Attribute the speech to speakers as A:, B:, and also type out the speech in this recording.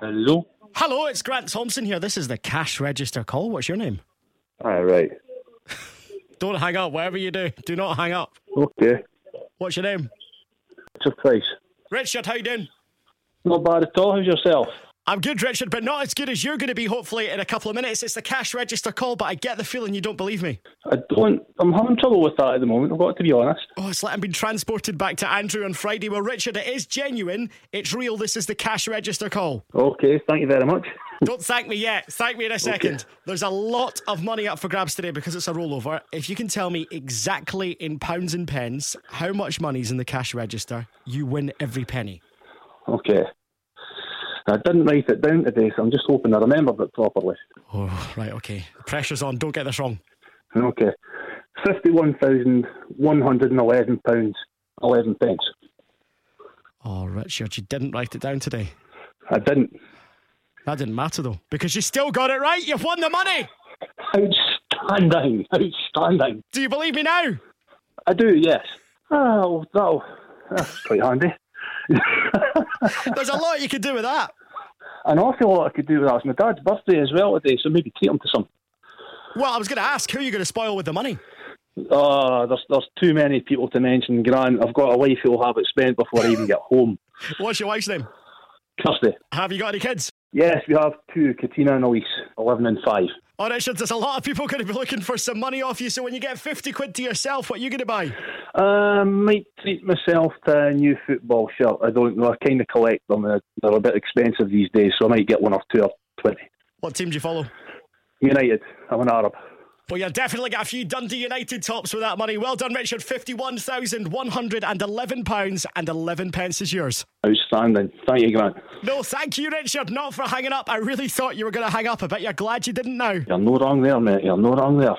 A: Hello.
B: Hello, it's Grant Thompson here. This is the cash register call. What's your name?
A: All right.
B: Don't hang up, whatever you do. Do not hang up.
A: Okay.
B: What's your name?
A: It's a price.
B: Richard, how you doing?
A: Not bad at all. How's yourself?
B: I'm good, Richard, but not as good as you're going to be, hopefully, in a couple of minutes. It's the cash register call, but I get the feeling you don't believe me.
A: I don't. I'm having trouble with that at the moment. I've got to be honest.
B: Oh, it's like I'm being transported back to Andrew on Friday. Well, Richard, it is genuine. It's real. This is the cash register call.
A: Okay. Thank you very much.
B: Don't thank me yet. Thank me in a second. There's a lot of money up for grabs today because it's a rollover. If you can tell me exactly in pounds and pence how much money's in the cash register, you win every penny.
A: Okay. I didn't write it down today, so I'm just hoping I remembered it properly.
B: Oh, right, okay. Pressure's on. Don't get this wrong.
A: Okay. Fifty-one thousand one hundred and eleven pounds eleven pence.
B: Oh, Richard, you didn't write it down today.
A: I didn't.
B: That didn't matter though, because you still got it right. You've won the money.
A: Outstanding. Outstanding.
B: Do you believe me now?
A: I do. Yes. Oh, that'll, that's quite handy.
B: There's a lot you could do with that.
A: An awful lot I could do with that. It's my dad's birthday as well today, so maybe treat him to some.
B: Well, I was going to ask who are you going to spoil with the money?
A: Ah, there's there's too many people to mention. Grant, I've got a wife who'll have it spent before I even get home.
B: What's your wife's name?
A: Kirsty.
B: Have you got any kids?
A: Yes, we have two, Katina and Elise, eleven and five.
B: Oh, Richard, there's a lot of people going to be looking for some money off you. So when you get 50 quid to yourself, what are you going to buy?
A: Uh, might treat myself to a new football shirt. I don't know. I kind of collect them. They're they're a bit expensive these days, so I might get one or two or twenty.
B: What team do you follow?
A: United. I'm an Arab.
B: Well, you're definitely got a few Dundee United tops with that money. Well done, Richard. £51,111 and 11 pence is yours.
A: Outstanding. Thank you, Grant.
B: No, thank you, Richard, not for hanging up. I really thought you were going to hang up. I bet you're glad you didn't now.
A: You're no wrong there, mate. You're no wrong there.